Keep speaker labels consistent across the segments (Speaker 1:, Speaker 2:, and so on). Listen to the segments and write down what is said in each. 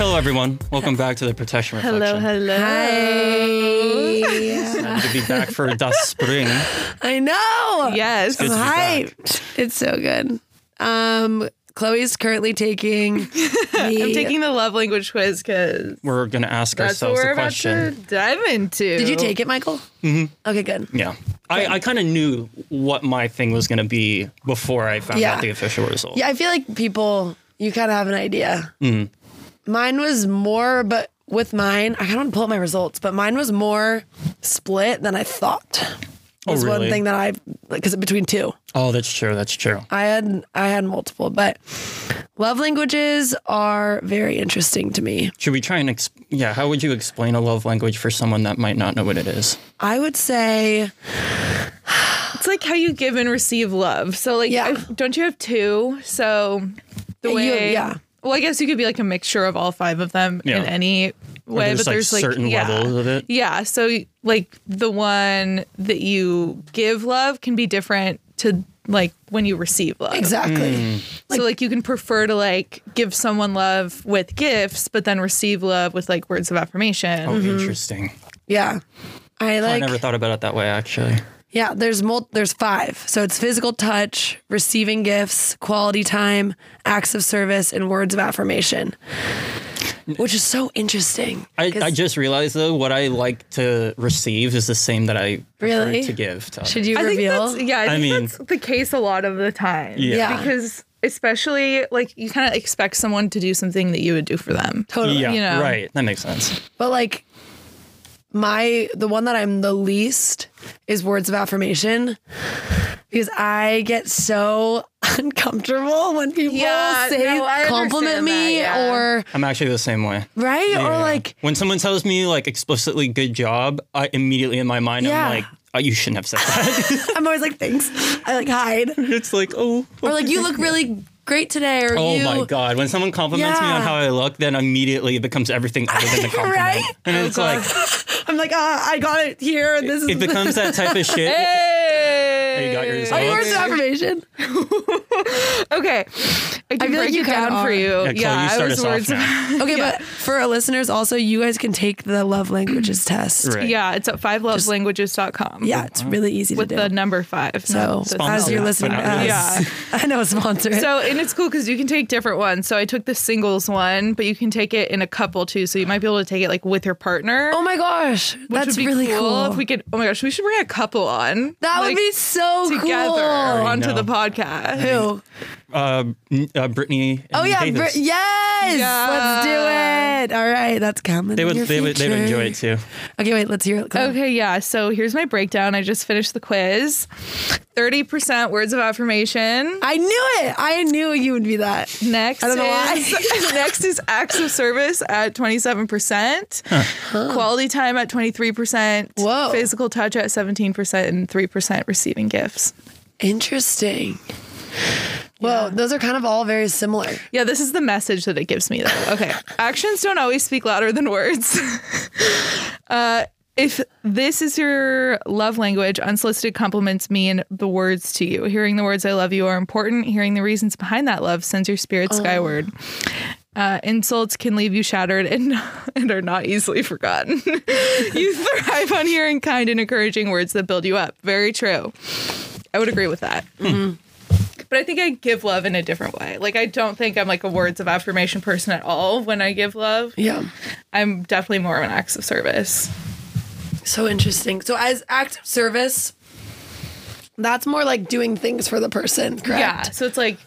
Speaker 1: everyone. Welcome back to the Protection
Speaker 2: Hello,
Speaker 1: Reflection.
Speaker 2: hello.
Speaker 3: Hi.
Speaker 1: Glad to be back for Das Spring.
Speaker 3: I know.
Speaker 2: Yes.
Speaker 1: Good to be
Speaker 3: Hi.
Speaker 1: back.
Speaker 3: It's so good. Um, Chloe's currently taking. the-
Speaker 2: I'm taking the love language quiz because
Speaker 1: We're gonna ask
Speaker 2: that's what
Speaker 1: ourselves
Speaker 2: we're
Speaker 1: a
Speaker 2: about to
Speaker 1: question.
Speaker 2: dive into.
Speaker 3: Did you take it, Michael? Mm-hmm. Okay, good.
Speaker 1: Yeah. I, I kind of knew what my thing was going to be before I found
Speaker 3: Yeah.
Speaker 1: out the official result.
Speaker 3: Yeah, I feel like people, you kind of have an idea.
Speaker 1: Mm-hmm.
Speaker 3: Mine was more, but with mine, I kind of want to pull up my results, but mine was more split than I thought.
Speaker 1: Oh,
Speaker 3: Was one
Speaker 1: really?
Speaker 3: thing that I because between two,
Speaker 1: Oh, that's true. That's true.
Speaker 3: I had I had multiple, but love languages are very interesting to me.
Speaker 1: Should we try and, ex- yeah, how would you explain a love language for someone that might not know what it is?
Speaker 3: I would say
Speaker 2: It's like how you give and receive love. So like,
Speaker 3: Yeah.
Speaker 2: if- don't you have two? So the
Speaker 3: You-
Speaker 2: way,
Speaker 3: yeah.
Speaker 2: Well, I guess you could be like a mixture of all five of them
Speaker 1: Yeah.
Speaker 2: in any way,
Speaker 1: there's,
Speaker 2: but
Speaker 1: like,
Speaker 2: there's like
Speaker 1: certain
Speaker 2: yeah.
Speaker 1: levels of it.
Speaker 2: Yeah. So like the one that you give love can be different to like when you receive love.
Speaker 1: Hmm.
Speaker 3: exactly.
Speaker 2: so like you can prefer to like give someone love with gifts, but then receive love with like words of affirmation.
Speaker 1: Oh, interesting.
Speaker 3: Yeah. I
Speaker 1: I
Speaker 3: like
Speaker 1: never thought about it that way, actually.
Speaker 3: yeah, there's mul- there's five. So it's physical touch, receiving gifts, quality time, acts of service, and words of affirmation. Which is so interesting.
Speaker 1: I,
Speaker 3: 'cause
Speaker 1: I just realized, though, what I like to receive is the same that I prefer
Speaker 3: Really?
Speaker 1: to give. To
Speaker 3: should you
Speaker 2: I think
Speaker 3: reveal?
Speaker 2: that's yeah. I,
Speaker 1: I
Speaker 2: think
Speaker 1: mean-
Speaker 2: that's the case a lot of the time.
Speaker 1: Yeah.
Speaker 3: Yeah.
Speaker 2: because especially like you kind of expect someone to do something that you would do for them.
Speaker 3: totally.
Speaker 1: Yeah,
Speaker 2: you know.
Speaker 1: right. That makes sense.
Speaker 3: But like my the one that I'm the least is words of affirmation because I get so uncomfortable when people
Speaker 2: Yeah,
Speaker 3: say
Speaker 2: no, I
Speaker 3: compliment
Speaker 2: understand
Speaker 3: me
Speaker 2: that, yeah.
Speaker 3: or
Speaker 1: I'm actually the same way.
Speaker 3: right or
Speaker 1: Yeah.
Speaker 3: like
Speaker 1: when someone tells me like explicitly good job, I immediately in my mind
Speaker 3: Yeah.
Speaker 1: I'm like, oh, you shouldn't have said that.
Speaker 3: I'm always like thanks I like hide
Speaker 1: it's like, oh,
Speaker 3: or like you look really great today or
Speaker 1: oh
Speaker 3: you
Speaker 1: my god. When someone compliments me on
Speaker 3: Yeah.
Speaker 1: how I look, then immediately it becomes everything other than the compliment.
Speaker 3: Right? Oh,
Speaker 1: And it's like
Speaker 3: I'm like ah I got it here and this is
Speaker 1: it becomes that type of shit.
Speaker 2: Hey,
Speaker 1: You got your
Speaker 3: Are you words of
Speaker 1: results.
Speaker 3: affirmation
Speaker 2: Okay, I can
Speaker 3: feel like
Speaker 2: break
Speaker 3: you
Speaker 2: it
Speaker 3: kinda
Speaker 2: down for
Speaker 3: are.
Speaker 2: you.
Speaker 1: Yeah, Chloe, you start us off
Speaker 2: words-
Speaker 1: now.
Speaker 3: okay but for our listeners also you guys can take the love languages test
Speaker 1: Right.
Speaker 2: Yeah, it's at fivelovelanguages.com.
Speaker 3: yeah it's really easy
Speaker 2: with
Speaker 3: to do
Speaker 2: the number five.
Speaker 3: So
Speaker 2: not the
Speaker 3: as
Speaker 1: Sponsor
Speaker 3: you're
Speaker 1: it.
Speaker 3: listening to us,
Speaker 2: Yeah.
Speaker 3: I know sponsor it.
Speaker 2: So and it's cool because you can take different ones. So I took the singles one, but you can take it in a couple too. So you might be able to take it like with your partner.
Speaker 3: oh my gosh,
Speaker 2: which
Speaker 3: that's
Speaker 2: would be
Speaker 3: really cool.
Speaker 2: If we could, oh my gosh, we should bring a couple on.
Speaker 3: that
Speaker 2: like,
Speaker 3: would be so
Speaker 2: together
Speaker 3: cool.
Speaker 2: onto
Speaker 1: know.
Speaker 2: the podcast.
Speaker 3: Who?
Speaker 1: Uh, n- uh, Brittany.
Speaker 3: Oh
Speaker 1: and
Speaker 3: yeah,
Speaker 1: Davis.
Speaker 3: Brit- yes.
Speaker 2: Yeah.
Speaker 3: Let's do it. All right, that's coming.
Speaker 1: They
Speaker 3: in
Speaker 1: would,
Speaker 3: your
Speaker 1: they would, they would
Speaker 3: future.
Speaker 1: enjoy it too.
Speaker 3: Okay, wait, let's hear it. Come on.
Speaker 2: Okay, yeah. So here's my breakdown. I just finished the quiz. 30% words of affirmation.
Speaker 3: I knew it. I knew you would be that.
Speaker 2: Next
Speaker 3: I don't know why.
Speaker 2: is next is acts of service at 27%. Quality time at 23%.
Speaker 3: Whoa.
Speaker 2: Physical touch at 17% and 3% receiving gifts.
Speaker 3: Interesting. Well, those are kind of all very similar.
Speaker 2: Yeah, this is the message that it gives me, though. Okay. Actions don't always speak louder than words. uh, if this is your love language, unsolicited compliments mean the words to you. Hearing the words I love you are important. Hearing the reasons behind that love sends your spirit skyward. Uh, insults can leave you shattered and, and are not easily forgotten. you thrive on hearing kind and encouraging words that build you up. Very true. I would agree with that. But I think I give love in a different way. Like I don't think I'm like a words of affirmation person at all when I give love.
Speaker 3: Yeah.
Speaker 2: I'm definitely more of an acts of service.
Speaker 3: So interesting. So as active service, that's more like doing things for the person, correct?
Speaker 2: Yeah. So it's like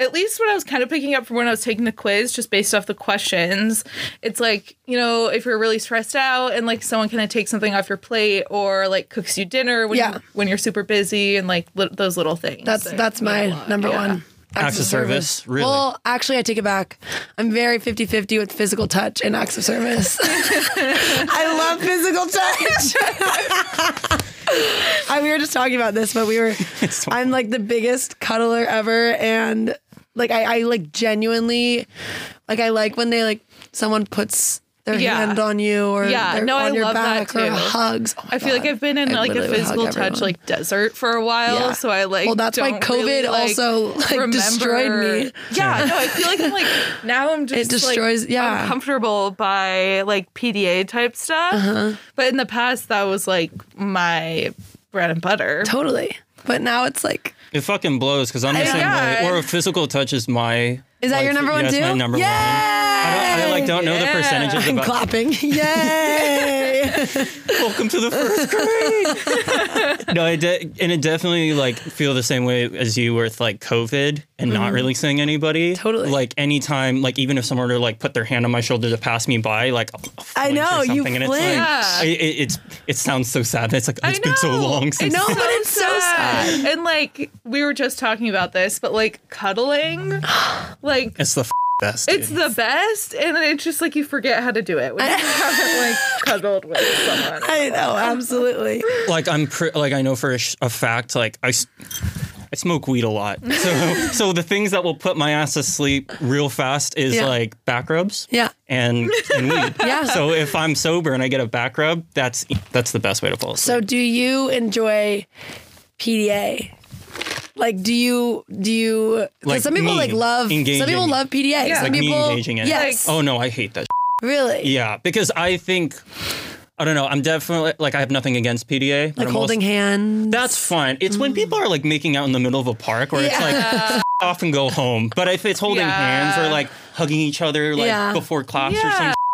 Speaker 2: at least what I was kind of picking up from when I was taking the quiz, just based off the questions, it's like, you know, if you're really stressed out and like someone kind of takes something off your plate or like cooks you dinner when,
Speaker 3: Yeah.
Speaker 2: you, when you're super busy and like li- those little things.
Speaker 3: That's
Speaker 2: that
Speaker 3: that's my
Speaker 2: mean a lot.
Speaker 3: number
Speaker 2: Yeah.
Speaker 3: one.
Speaker 1: Acts of service, really?
Speaker 3: Well, actually, I take it back. I'm very 50 50 with physical touch and acts of service. I love physical touch. I, we were just talking about this, but we were,
Speaker 1: so
Speaker 3: I'm like the biggest cuddler ever. And like, I, I like genuinely, like, I like when they like someone puts their
Speaker 2: Yeah.
Speaker 3: hand on you or
Speaker 2: Yeah,
Speaker 3: their-
Speaker 2: no,
Speaker 3: on
Speaker 2: I
Speaker 3: your
Speaker 2: love that
Speaker 3: back or
Speaker 2: too.
Speaker 3: hugs. Oh my
Speaker 2: I feel like
Speaker 3: God.
Speaker 2: I've been in
Speaker 3: I
Speaker 2: like a
Speaker 3: literally would hug
Speaker 2: physical touch
Speaker 3: everyone.
Speaker 2: like desert for a while,
Speaker 3: Yeah.
Speaker 2: so I like.
Speaker 3: Well, that's why
Speaker 2: don't
Speaker 3: COVID
Speaker 2: really, like,
Speaker 3: also, like, destroyed
Speaker 2: remember-
Speaker 3: me.
Speaker 2: Yeah, no, I feel like I'm like now I'm just
Speaker 3: destroys-
Speaker 2: like,
Speaker 3: yeah.
Speaker 2: uncomfortable by like PDA type stuff.
Speaker 3: Uh-huh.
Speaker 2: But in the past, that was like my bread and butter.
Speaker 3: totally. But now it's like,
Speaker 1: It fucking blows because I'm the
Speaker 2: I-
Speaker 1: same
Speaker 2: yeah.
Speaker 1: way. Or physical touch is my.
Speaker 3: is that
Speaker 1: like,
Speaker 3: your number one
Speaker 1: yeah,
Speaker 3: too?
Speaker 1: That's my number
Speaker 3: Yay!
Speaker 1: one. I, don't, I like don't know
Speaker 2: Yeah.
Speaker 1: the percentages.
Speaker 3: I'm
Speaker 1: about,
Speaker 3: clapping. Yay!
Speaker 1: Welcome to the first grade. no, I de- and it definitely like feel the same way as you with like COVID and not really seeing anybody.
Speaker 3: Mm-hmm. Totally.
Speaker 1: Like anytime, like even if someone were to like put their hand on my shoulder to pass me by, like I'll- I'll
Speaker 3: I
Speaker 1: flinch or
Speaker 3: know, you
Speaker 1: something, and it's like
Speaker 3: flinch.
Speaker 2: Yeah.
Speaker 1: I- it, it's it sounds so sad. It's like
Speaker 2: I
Speaker 1: it's been so
Speaker 2: know.
Speaker 1: long since.
Speaker 3: know. but it's so
Speaker 2: And like we were just talking about this, but like cuddling, like
Speaker 1: It's the f- best.
Speaker 2: It's the best, and it's just like you forget how to do it when you haven't like cuddled with someone.
Speaker 3: I know, absolutely.
Speaker 1: like I'm pr- like I know for a, sh- a fact like I. s- I smoke weed a lot, so so the things that will put my ass to sleep real fast is
Speaker 3: Yeah.
Speaker 1: like back rubs,
Speaker 3: Yeah.
Speaker 1: and, and weed.
Speaker 3: Yeah.
Speaker 1: So if I'm sober and I get a back rub, that's e, that's the best way to fall
Speaker 3: So
Speaker 1: asleep.
Speaker 3: do you enjoy PDA? Like do you do you 'cause
Speaker 1: Like
Speaker 3: some people
Speaker 1: me
Speaker 3: like love
Speaker 1: engaging.
Speaker 3: some people love PDA.
Speaker 2: Yeah.
Speaker 3: Some
Speaker 2: Like
Speaker 1: me
Speaker 3: people
Speaker 1: engaging in it.
Speaker 3: yes.
Speaker 1: oh no, I hate that. shit.
Speaker 3: really?
Speaker 1: Yeah, because I think I don't know. I'm definitely like I have nothing against PDA. but
Speaker 3: Like
Speaker 1: I'm
Speaker 3: holding
Speaker 1: also-
Speaker 3: hands.
Speaker 1: that's fine. It's when people are like making out in the middle of a park where it's like "F off and go home. But if it's holding
Speaker 2: Yeah.
Speaker 1: hands or like hugging each other like
Speaker 3: Yeah.
Speaker 1: before class or
Speaker 2: Yeah.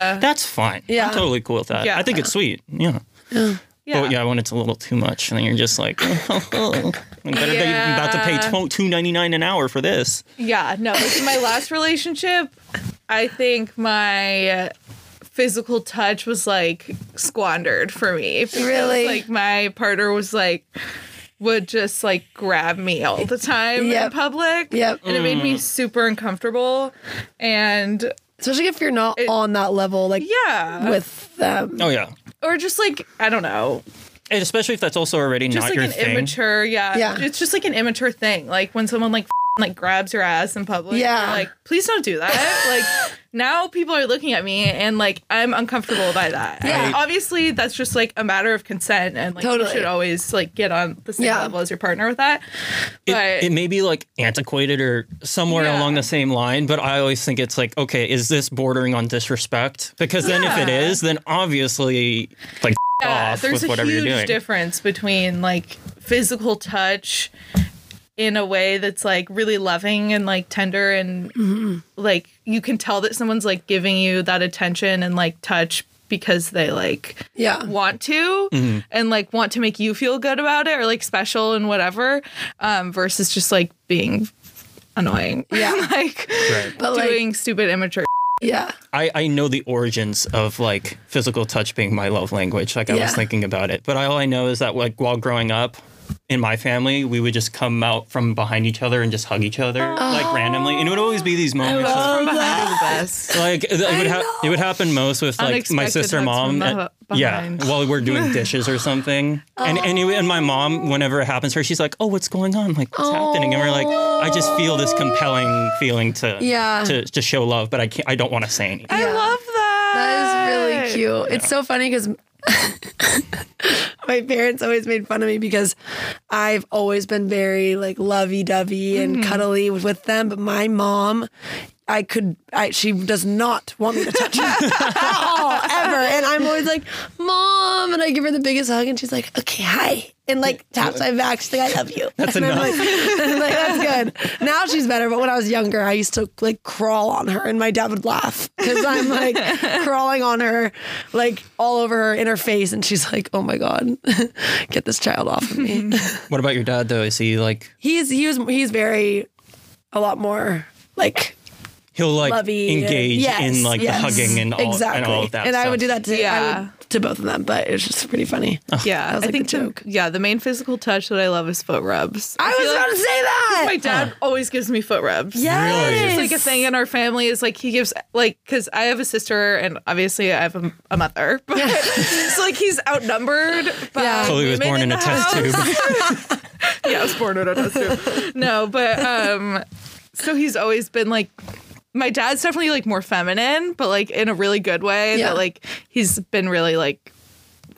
Speaker 1: something, that's fine.
Speaker 3: Yeah.
Speaker 1: I'm totally cool with that.
Speaker 2: Yeah.
Speaker 1: I think it's sweet. Yeah.
Speaker 2: Yeah.
Speaker 1: But yeah, when it's a little too much, and then you're just like, "Oh, better than you're about to pay
Speaker 2: Yeah.
Speaker 1: tw- two ninety nine an hour for this.
Speaker 2: Yeah, no. Like in my last relationship, I think my physical touch was like squandered for me. because,
Speaker 3: Really?
Speaker 2: Like my partner was like would just like grab me all the time in
Speaker 3: Yep.
Speaker 2: public.
Speaker 3: Yep.
Speaker 2: And it made me super uncomfortable. And
Speaker 3: Especially if you're not on that level like
Speaker 2: yeah.
Speaker 3: with them.
Speaker 1: Oh yeah,
Speaker 2: or just like, I don't know,
Speaker 1: and especially if that's also already
Speaker 2: just
Speaker 1: not
Speaker 2: like
Speaker 1: your
Speaker 2: an
Speaker 1: thing.
Speaker 2: immature yeah
Speaker 3: Yeah.
Speaker 2: it's just like an immature thing like when someone like f***ing, like grabs your ass in public
Speaker 3: Yeah.
Speaker 2: you're like please don't do that like now people are looking at me and like i'm uncomfortable by that
Speaker 3: Yeah.
Speaker 2: And obviously that's just like a matter of consent and like
Speaker 3: Totally.
Speaker 2: you should always like get on the same
Speaker 3: Yeah.
Speaker 2: level as your partner with that but
Speaker 1: it, it may be like antiquated or somewhere
Speaker 2: Yeah.
Speaker 1: along the same line, but I always think it's like, okay, is this bordering on disrespect? Because then if it
Speaker 2: Yeah.
Speaker 1: is, then obviously like f-
Speaker 2: yeah,
Speaker 1: off
Speaker 2: there's
Speaker 1: with
Speaker 2: a
Speaker 1: whatever
Speaker 2: huge
Speaker 1: you're doing.
Speaker 2: difference between like physical touch in a way that's like really loving and like tender and
Speaker 3: Mm-hmm.
Speaker 2: like you can tell that someone's like giving you that attention and like touch because they like
Speaker 3: Yeah.
Speaker 2: want to
Speaker 1: Mm-hmm.
Speaker 2: and like want to make you feel good about it or like special and whatever um versus just like being annoying
Speaker 3: Yeah.
Speaker 2: like
Speaker 1: Right.
Speaker 3: But like
Speaker 2: doing stupid immature
Speaker 3: yeah.
Speaker 1: I, I know the origins of like physical touch being my love language. Like I
Speaker 3: Yeah.
Speaker 1: was thinking about it, but all I know is that like while growing up in my family, we would just come out from behind each other and just hug each other like randomly, and it would always be these moments. of-
Speaker 3: Oh,
Speaker 2: from behind the best
Speaker 1: like it would
Speaker 3: know.
Speaker 1: ha- it would happen most with like my
Speaker 2: Unexpected
Speaker 1: sister
Speaker 2: hugs
Speaker 1: mom
Speaker 2: from
Speaker 1: and-
Speaker 2: beh-
Speaker 1: yeah
Speaker 2: behind.
Speaker 1: while we're doing dishes or something and and, it- and my
Speaker 3: Oh.
Speaker 1: mom whenever it happens to her she's like oh what's going on like what's happening and we're like I just feel this compelling feeling to
Speaker 3: Yeah.
Speaker 1: to, to show love but I can't I don't want to say anything
Speaker 2: i
Speaker 3: Yeah.
Speaker 2: love that
Speaker 3: That is really cute. It's so funny because my parents always made fun of me because I've always been very like lovey dovey and cuddly with them, but my mom. I could, I, she does not want me to touch her at all, ever. And I'm always like, Mom. And I give her the biggest hug, and she's like, Okay, hi. And like taps my back. She's like, I love you.
Speaker 1: That's
Speaker 3: and I'm
Speaker 1: enough.
Speaker 3: like, I'm like, that's good. Now she's better, but when I was younger, I used to like crawl on her, and my dad would laugh because I'm like crawling on her, like all over her in her face, and she's like, "Oh my god, get this child off of me."
Speaker 1: what about your dad though is he like
Speaker 3: he's he was he's very a lot more like
Speaker 1: he'll like
Speaker 3: lovey, and-
Speaker 1: engage
Speaker 3: Yes,
Speaker 1: in like
Speaker 3: yes,
Speaker 1: the hugging and all
Speaker 3: exactly.
Speaker 1: and all of that
Speaker 3: And I
Speaker 1: stuff.
Speaker 3: would do that to I
Speaker 2: Yeah.
Speaker 3: would, to both of them, but it was just pretty funny.
Speaker 2: Yeah,
Speaker 3: That was,
Speaker 2: I
Speaker 3: like, the
Speaker 2: think the-
Speaker 3: joke.
Speaker 2: yeah, the main physical touch that I love is foot rubs.
Speaker 3: I was
Speaker 2: feel
Speaker 3: about to
Speaker 2: like
Speaker 3: say that.
Speaker 2: my dad always gives me foot rubs.
Speaker 3: Yes.
Speaker 1: Really?
Speaker 2: It's like a thing in our family is like he gives like because I have a sister and obviously I have a, a mother, but so like he's outnumbered. By
Speaker 3: Yeah.
Speaker 1: Chloe was
Speaker 2: women
Speaker 1: born in
Speaker 2: the
Speaker 1: a test
Speaker 2: house.
Speaker 1: tube
Speaker 2: yeah, I was born in a test tube. No, but um, so he's always been like my dad's definitely like more feminine, but like in a really good way.
Speaker 3: Yeah.
Speaker 2: That like he's been really like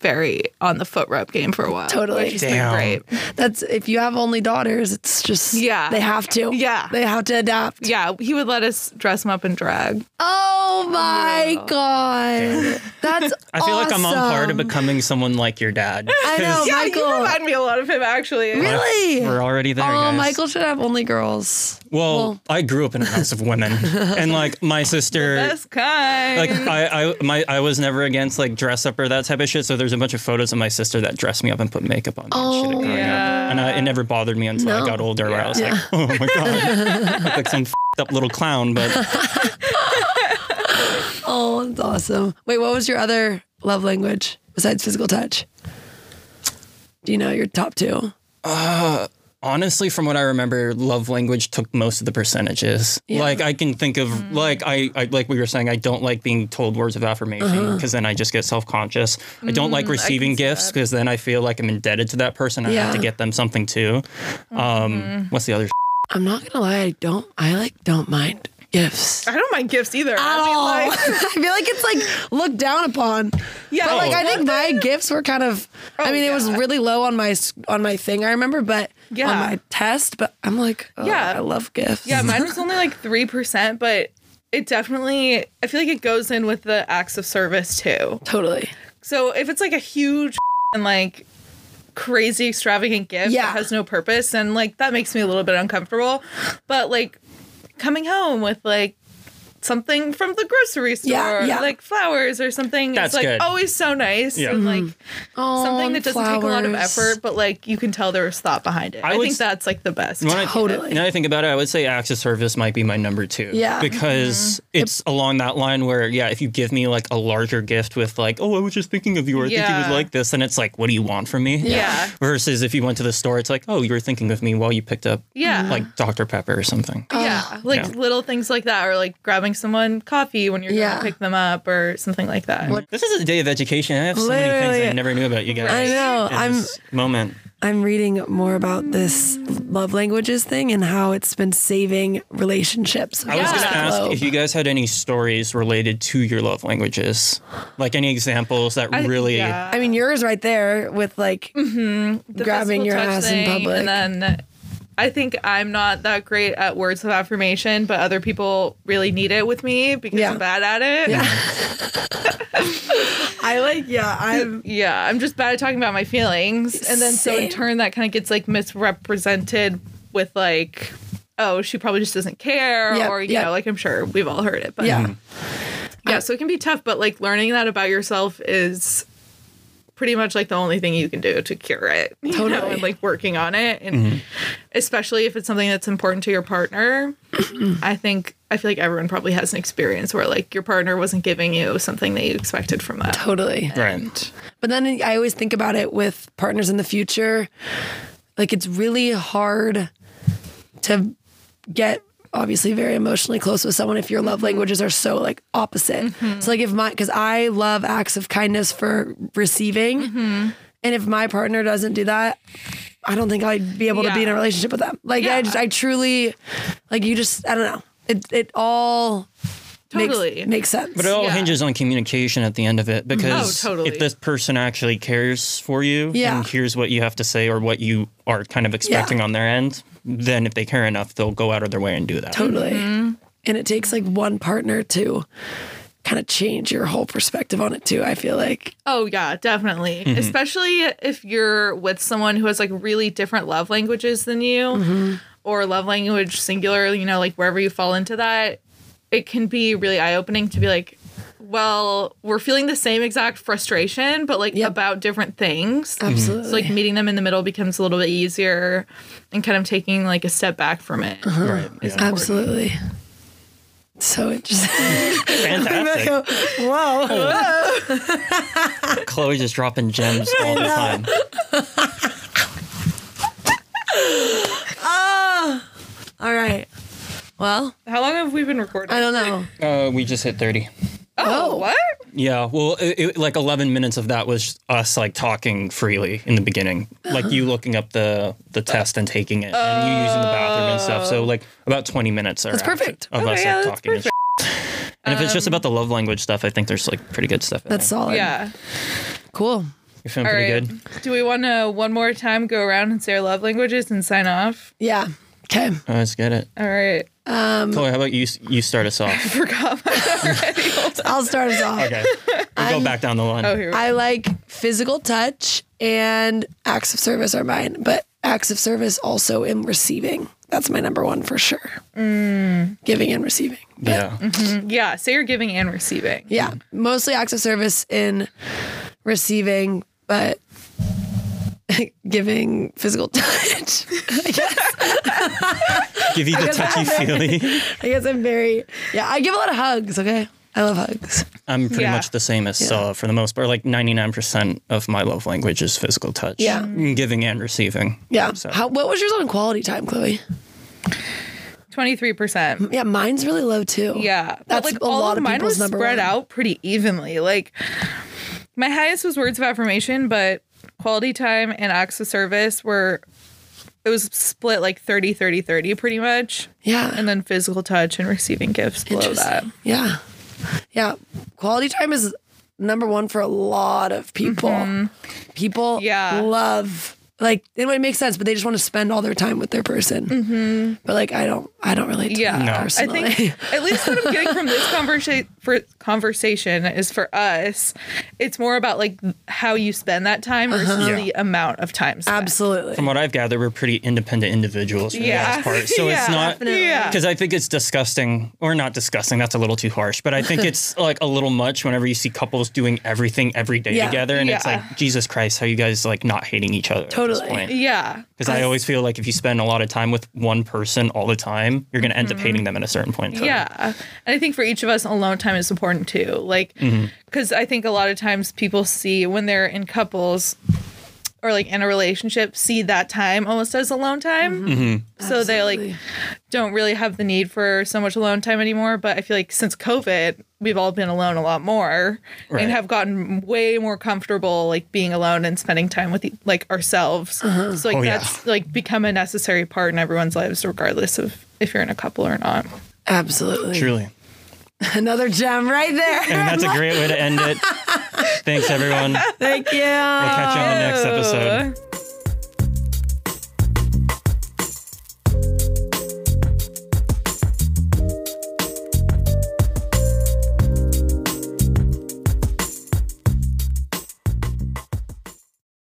Speaker 2: very on the foot rub game for a while.
Speaker 3: Totally.
Speaker 2: which has been
Speaker 1: Damn.
Speaker 2: great.
Speaker 3: That's if you have only daughters, it's just
Speaker 2: Yeah.
Speaker 3: They have to.
Speaker 2: Yeah.
Speaker 3: They have to adapt.
Speaker 2: Yeah, he would let us dress him up in drag.
Speaker 3: Oh my god. That's
Speaker 1: I feel like I'm on par to
Speaker 3: awesome.
Speaker 1: becoming someone like your dad.
Speaker 3: I know,
Speaker 1: 'Cause
Speaker 2: you
Speaker 3: Michael.
Speaker 2: remind me a lot of him actually.
Speaker 3: Really?
Speaker 1: We're already there,
Speaker 3: Oh,
Speaker 1: guys.
Speaker 3: Michael should have only girls.
Speaker 1: Well, I grew up in a house of women, and like my sister,
Speaker 2: Best kind.
Speaker 1: like I, I, my, I was never against like dress up or that type of shit. So there's a bunch of photos of my sister that dressed me up and put makeup on me and shit
Speaker 3: Oh.
Speaker 1: growing
Speaker 2: Yeah.
Speaker 1: up, and I, it never bothered me until I
Speaker 3: No.
Speaker 1: got older, where I was like, oh my god, I look like some f***ed up little clown. But
Speaker 3: Oh, that's awesome. Wait, what was your other love language besides physical touch? Do you know your top two?
Speaker 1: honestly, from what I remember, love language took most of the percentages. Like I can think of like I, I like we were saying, I don't like being told words of affirmation because then I just get self conscious. I don't like receiving gifts because then I feel like I'm indebted to that person. I have to
Speaker 3: Yeah.
Speaker 1: get them something too. Um, What's the other?
Speaker 3: I'm not gonna lie, I don't I like don't mind gifts.
Speaker 2: I don't mind gifts either.
Speaker 3: at
Speaker 2: I mean,
Speaker 3: all.
Speaker 2: like-
Speaker 3: I feel like it's like looked down upon.
Speaker 2: Yeah.
Speaker 3: but like
Speaker 1: Oh.
Speaker 3: I think my gifts were kind of. I mean, it was
Speaker 2: Oh, yeah.
Speaker 3: really low on my s- on my thing. I remember, but
Speaker 2: Yeah.
Speaker 3: on my test. But I'm like, oh,
Speaker 2: Yeah.
Speaker 3: yeah, I love gifts.
Speaker 2: Yeah, mine was only like 3%, but it definitely, I feel like it goes in with the acts of service too.
Speaker 3: totally.
Speaker 2: So if it's like a huge and like crazy extravagant gift
Speaker 3: Yeah.
Speaker 2: that has no purpose, and like that makes me a little bit uncomfortable. But like coming home with like, Something from the grocery store,
Speaker 3: Yeah, yeah.
Speaker 2: like flowers or something.
Speaker 1: That's
Speaker 2: it's like
Speaker 1: good.
Speaker 2: always so nice
Speaker 1: Yeah.
Speaker 2: and like
Speaker 3: Oh,
Speaker 2: something
Speaker 3: and
Speaker 2: that doesn't take a lot of
Speaker 3: flowers.
Speaker 2: effort, but like you can tell there was thought behind it.
Speaker 1: I
Speaker 2: I,
Speaker 1: would
Speaker 2: think
Speaker 1: s-
Speaker 2: that's like the best.
Speaker 1: When I,
Speaker 3: Totally.
Speaker 1: Now I think about it, I would say access service might be my number two.
Speaker 3: Yeah.
Speaker 1: Because it's along that line where, yeah, if you give me like a larger gift with like, oh, I was just thinking of you, or I think you
Speaker 2: Yeah.
Speaker 1: would like this, then it's like, what do you want from me?
Speaker 2: Yeah.
Speaker 1: Versus if you went to the store, it's like, oh, you were thinking of me while you picked up
Speaker 2: Yeah.
Speaker 1: like Dr. Pepper or something.
Speaker 3: Uh,
Speaker 2: yeah, like
Speaker 1: Yeah.
Speaker 2: little things like that, or like grabbing someone coffee when you're
Speaker 3: Yeah.
Speaker 2: gonna pick them up, or something like that.
Speaker 1: This is a day of education. I have so many things
Speaker 3: Literally.
Speaker 1: I never knew about you guys.
Speaker 3: I know.
Speaker 1: in
Speaker 3: I'm
Speaker 1: this moment.
Speaker 3: I'm reading more about this love languages thing and how it's been saving relationships.
Speaker 1: I was
Speaker 2: Yeah.
Speaker 1: going to ask
Speaker 3: Globe.
Speaker 1: if you guys had any stories related to your love languages, like any examples that really.
Speaker 2: yeah.
Speaker 3: I mean, yours right there with like
Speaker 2: Mm-hmm. The
Speaker 3: grabbing
Speaker 2: physical
Speaker 3: your
Speaker 2: touch
Speaker 3: ass in
Speaker 2: thing,
Speaker 3: public.
Speaker 2: and then I think I'm not that great at words of affirmation, but other people really need it with me because
Speaker 3: Yeah.
Speaker 2: I'm bad at it. Yeah.
Speaker 3: I like yeah. I'm
Speaker 2: I'm just bad at talking about my feelings, and then so in
Speaker 3: Same.
Speaker 2: turn that kind of gets like misrepresented with like. Oh, she probably just doesn't care,
Speaker 3: Yep,
Speaker 2: or you
Speaker 3: yep.
Speaker 2: know, like I'm sure we've all heard it, but
Speaker 3: yeah.
Speaker 2: Yeah, so it can be tough, but like learning that about yourself is pretty much like the only thing you can do to cure it. you know,
Speaker 3: Totally.
Speaker 2: and like working on it. And especially if it's something that's important to your partner, I think I feel like everyone probably has an experience where like your partner wasn't giving you something that you expected from that.
Speaker 3: Totally.
Speaker 1: Right.
Speaker 3: But then I always think about it with partners in the future. Like it's really hard to get obviously very emotionally close with someone if your
Speaker 2: Mm-hmm.
Speaker 3: love languages are so like opposite. So like if my cuz I love acts of kindness for receiving.
Speaker 2: Mm-hmm.
Speaker 3: And if my partner doesn't do that, I don't think I'd be able to be in a
Speaker 2: Yeah.
Speaker 3: relationship with them. Like I
Speaker 2: Yeah.
Speaker 3: just I truly like you just I don't know. It it all makes-
Speaker 2: Totally.
Speaker 3: makes, sense.
Speaker 1: But it all
Speaker 2: Yeah.
Speaker 1: hinges on communication at the end of it because
Speaker 2: Oh, totally.
Speaker 1: if this person actually cares for you
Speaker 3: Yeah.
Speaker 1: and hears what you have to say or what you are kind of expecting on their end, then if they care enough, they'll go out of their way and do that.
Speaker 3: Totally.
Speaker 2: Mm-hmm.
Speaker 3: And it takes like one partner to kind of change your whole perspective on it too. I feel like
Speaker 2: Oh yeah, definitely.
Speaker 3: Mm-hmm.
Speaker 2: Especially if you're with someone who has like really different love languages than you
Speaker 3: Mm-hmm.
Speaker 2: or love language singular, you know, like wherever you fall into that, it can be really eye-opening to be like, well, we're feeling the same exact frustration but like
Speaker 3: Yep.
Speaker 2: about different things.
Speaker 3: absolutely.
Speaker 2: So Mm-hmm. like meeting them in the middle becomes a little bit easier and kind of taking like a step back from it.
Speaker 3: Uh-huh.
Speaker 1: Right. Yeah.
Speaker 3: absolutely. So interesting.
Speaker 1: Fantastic.
Speaker 3: Whoa.
Speaker 1: Chloe just dropping gems all the time.
Speaker 3: All right. Well,
Speaker 2: How long have we been recording?
Speaker 3: I don't know.
Speaker 1: Uh, we just hit 30.
Speaker 2: oh,
Speaker 3: Oh.
Speaker 2: what?
Speaker 1: Yeah, well, it, it, like 11 minutes of that was us like talking freely in the beginning, like you looking up the the test and taking it, and you using the bathroom and stuff. So like about 20 minutes are
Speaker 3: That's
Speaker 1: after-
Speaker 3: perfect.
Speaker 1: of
Speaker 2: Okay,
Speaker 1: us
Speaker 2: yeah,
Speaker 1: like
Speaker 2: that's Um,
Speaker 1: talking. And, shit. and if it's just about the love language stuff, I think there's like pretty good stuff. In
Speaker 3: That's
Speaker 1: there.
Speaker 3: solid.
Speaker 2: Yeah.
Speaker 3: Cool.
Speaker 1: You're feeling
Speaker 2: All
Speaker 1: pretty
Speaker 2: right.
Speaker 1: good.
Speaker 2: Do we want to one more time go around and say our love languages and sign off?
Speaker 3: Yeah. Okay.
Speaker 1: Oh, let's get it.
Speaker 2: All right. Um,
Speaker 1: Chloe, how about you? You start us off.
Speaker 2: Forgot mine already. Hold on.
Speaker 3: I'll start us off.
Speaker 1: Okay, we'll go back down the line.
Speaker 2: Oh, here we go.
Speaker 3: I like physical touch and acts of service are mine, but acts of service also in receiving. That's my number one for sure.
Speaker 2: Mm.
Speaker 3: Giving and receiving.
Speaker 1: yeah.
Speaker 2: Yeah. So you're giving and receiving.
Speaker 3: Yeah. Mostly acts of service in receiving, but giving physical touch. I guess,
Speaker 1: Give you the touchy feely.
Speaker 3: I guess I'm very, yeah, I give a lot of hugs, okay? I love hugs.
Speaker 1: I'm pretty
Speaker 2: Yeah.
Speaker 1: much the same as Stella for the most part. Like 99% of my love language is physical touch. Mm-hmm.
Speaker 3: Yeah.
Speaker 1: Giving and receiving.
Speaker 3: Yeah.
Speaker 1: So-
Speaker 3: How, what was yours on quality time, Chloe?
Speaker 2: 23%.
Speaker 3: Yeah, mine's really low too.
Speaker 2: Yeah, but
Speaker 3: That's
Speaker 2: like
Speaker 3: a
Speaker 2: all
Speaker 3: lot
Speaker 2: of
Speaker 3: of
Speaker 2: mine
Speaker 3: people's
Speaker 2: was
Speaker 3: number
Speaker 2: spread
Speaker 3: one.
Speaker 2: out pretty evenly. Like my highest was words of affirmation, but quality time and acts of service were it was split like 30 30 30 pretty much
Speaker 3: Yeah.
Speaker 2: and then physical touch and receiving gifts below
Speaker 3: Interesting.
Speaker 2: that
Speaker 3: Yeah. Yeah. Quality time is number one for a lot of people. People
Speaker 2: Mm-hmm. Yeah.
Speaker 3: love like anyway, it makes sense, but they just want to spend all their time with their person. But like I don't I don't relate to
Speaker 2: Mm-hmm. yeah
Speaker 3: that
Speaker 2: i
Speaker 3: personally.
Speaker 2: think at least what i'm getting from this conversa- for conversation is for us it's more about like how you spend that time versus
Speaker 1: Yeah.
Speaker 2: the amount of time spent.
Speaker 3: Absolutely.
Speaker 1: From what I've gathered, we're pretty independent individuals for
Speaker 2: Yeah.
Speaker 1: the most part. So
Speaker 2: Yeah,
Speaker 1: it's not.
Speaker 3: definitely.
Speaker 2: yeah
Speaker 1: Because I think it's disgusting, or not disgusting, that's a little too harsh, but I think it's like a little much whenever you see couples doing everything every day
Speaker 3: Yeah.
Speaker 1: together. And it's
Speaker 2: Yeah.
Speaker 1: like, Jesus Christ, how you guys like not hating each other at
Speaker 3: Totally.
Speaker 1: this point?
Speaker 2: yeah
Speaker 1: Because I always feel like if you spend a lot of time with one person all the time, you're going to end up hating them at a certain point. in time.
Speaker 2: Mm-hmm. Yeah. And I think for each of us, alone time is important too. Like,
Speaker 1: Mm-hmm.
Speaker 2: because I think a lot of times people see when they're in couples or like in a relationship, see that time almost as alone time.
Speaker 1: Mm-hmm.
Speaker 2: So they
Speaker 3: Absolutely.
Speaker 2: like don't really have the need for so much alone time anymore. But I feel like since COVID, we've all been alone a lot more
Speaker 1: Right.
Speaker 2: and have gotten way more comfortable like being alone and spending time with like ourselves. So like
Speaker 1: Oh, yeah.
Speaker 2: that's like become a necessary part in everyone's lives, regardless of if you're in a couple or not.
Speaker 3: Absolutely.
Speaker 1: Truly.
Speaker 3: Another gem right there.
Speaker 1: And that's a great way to end it. Thanks, everyone. We'll
Speaker 3: Thank you.
Speaker 1: catch you on the next episode.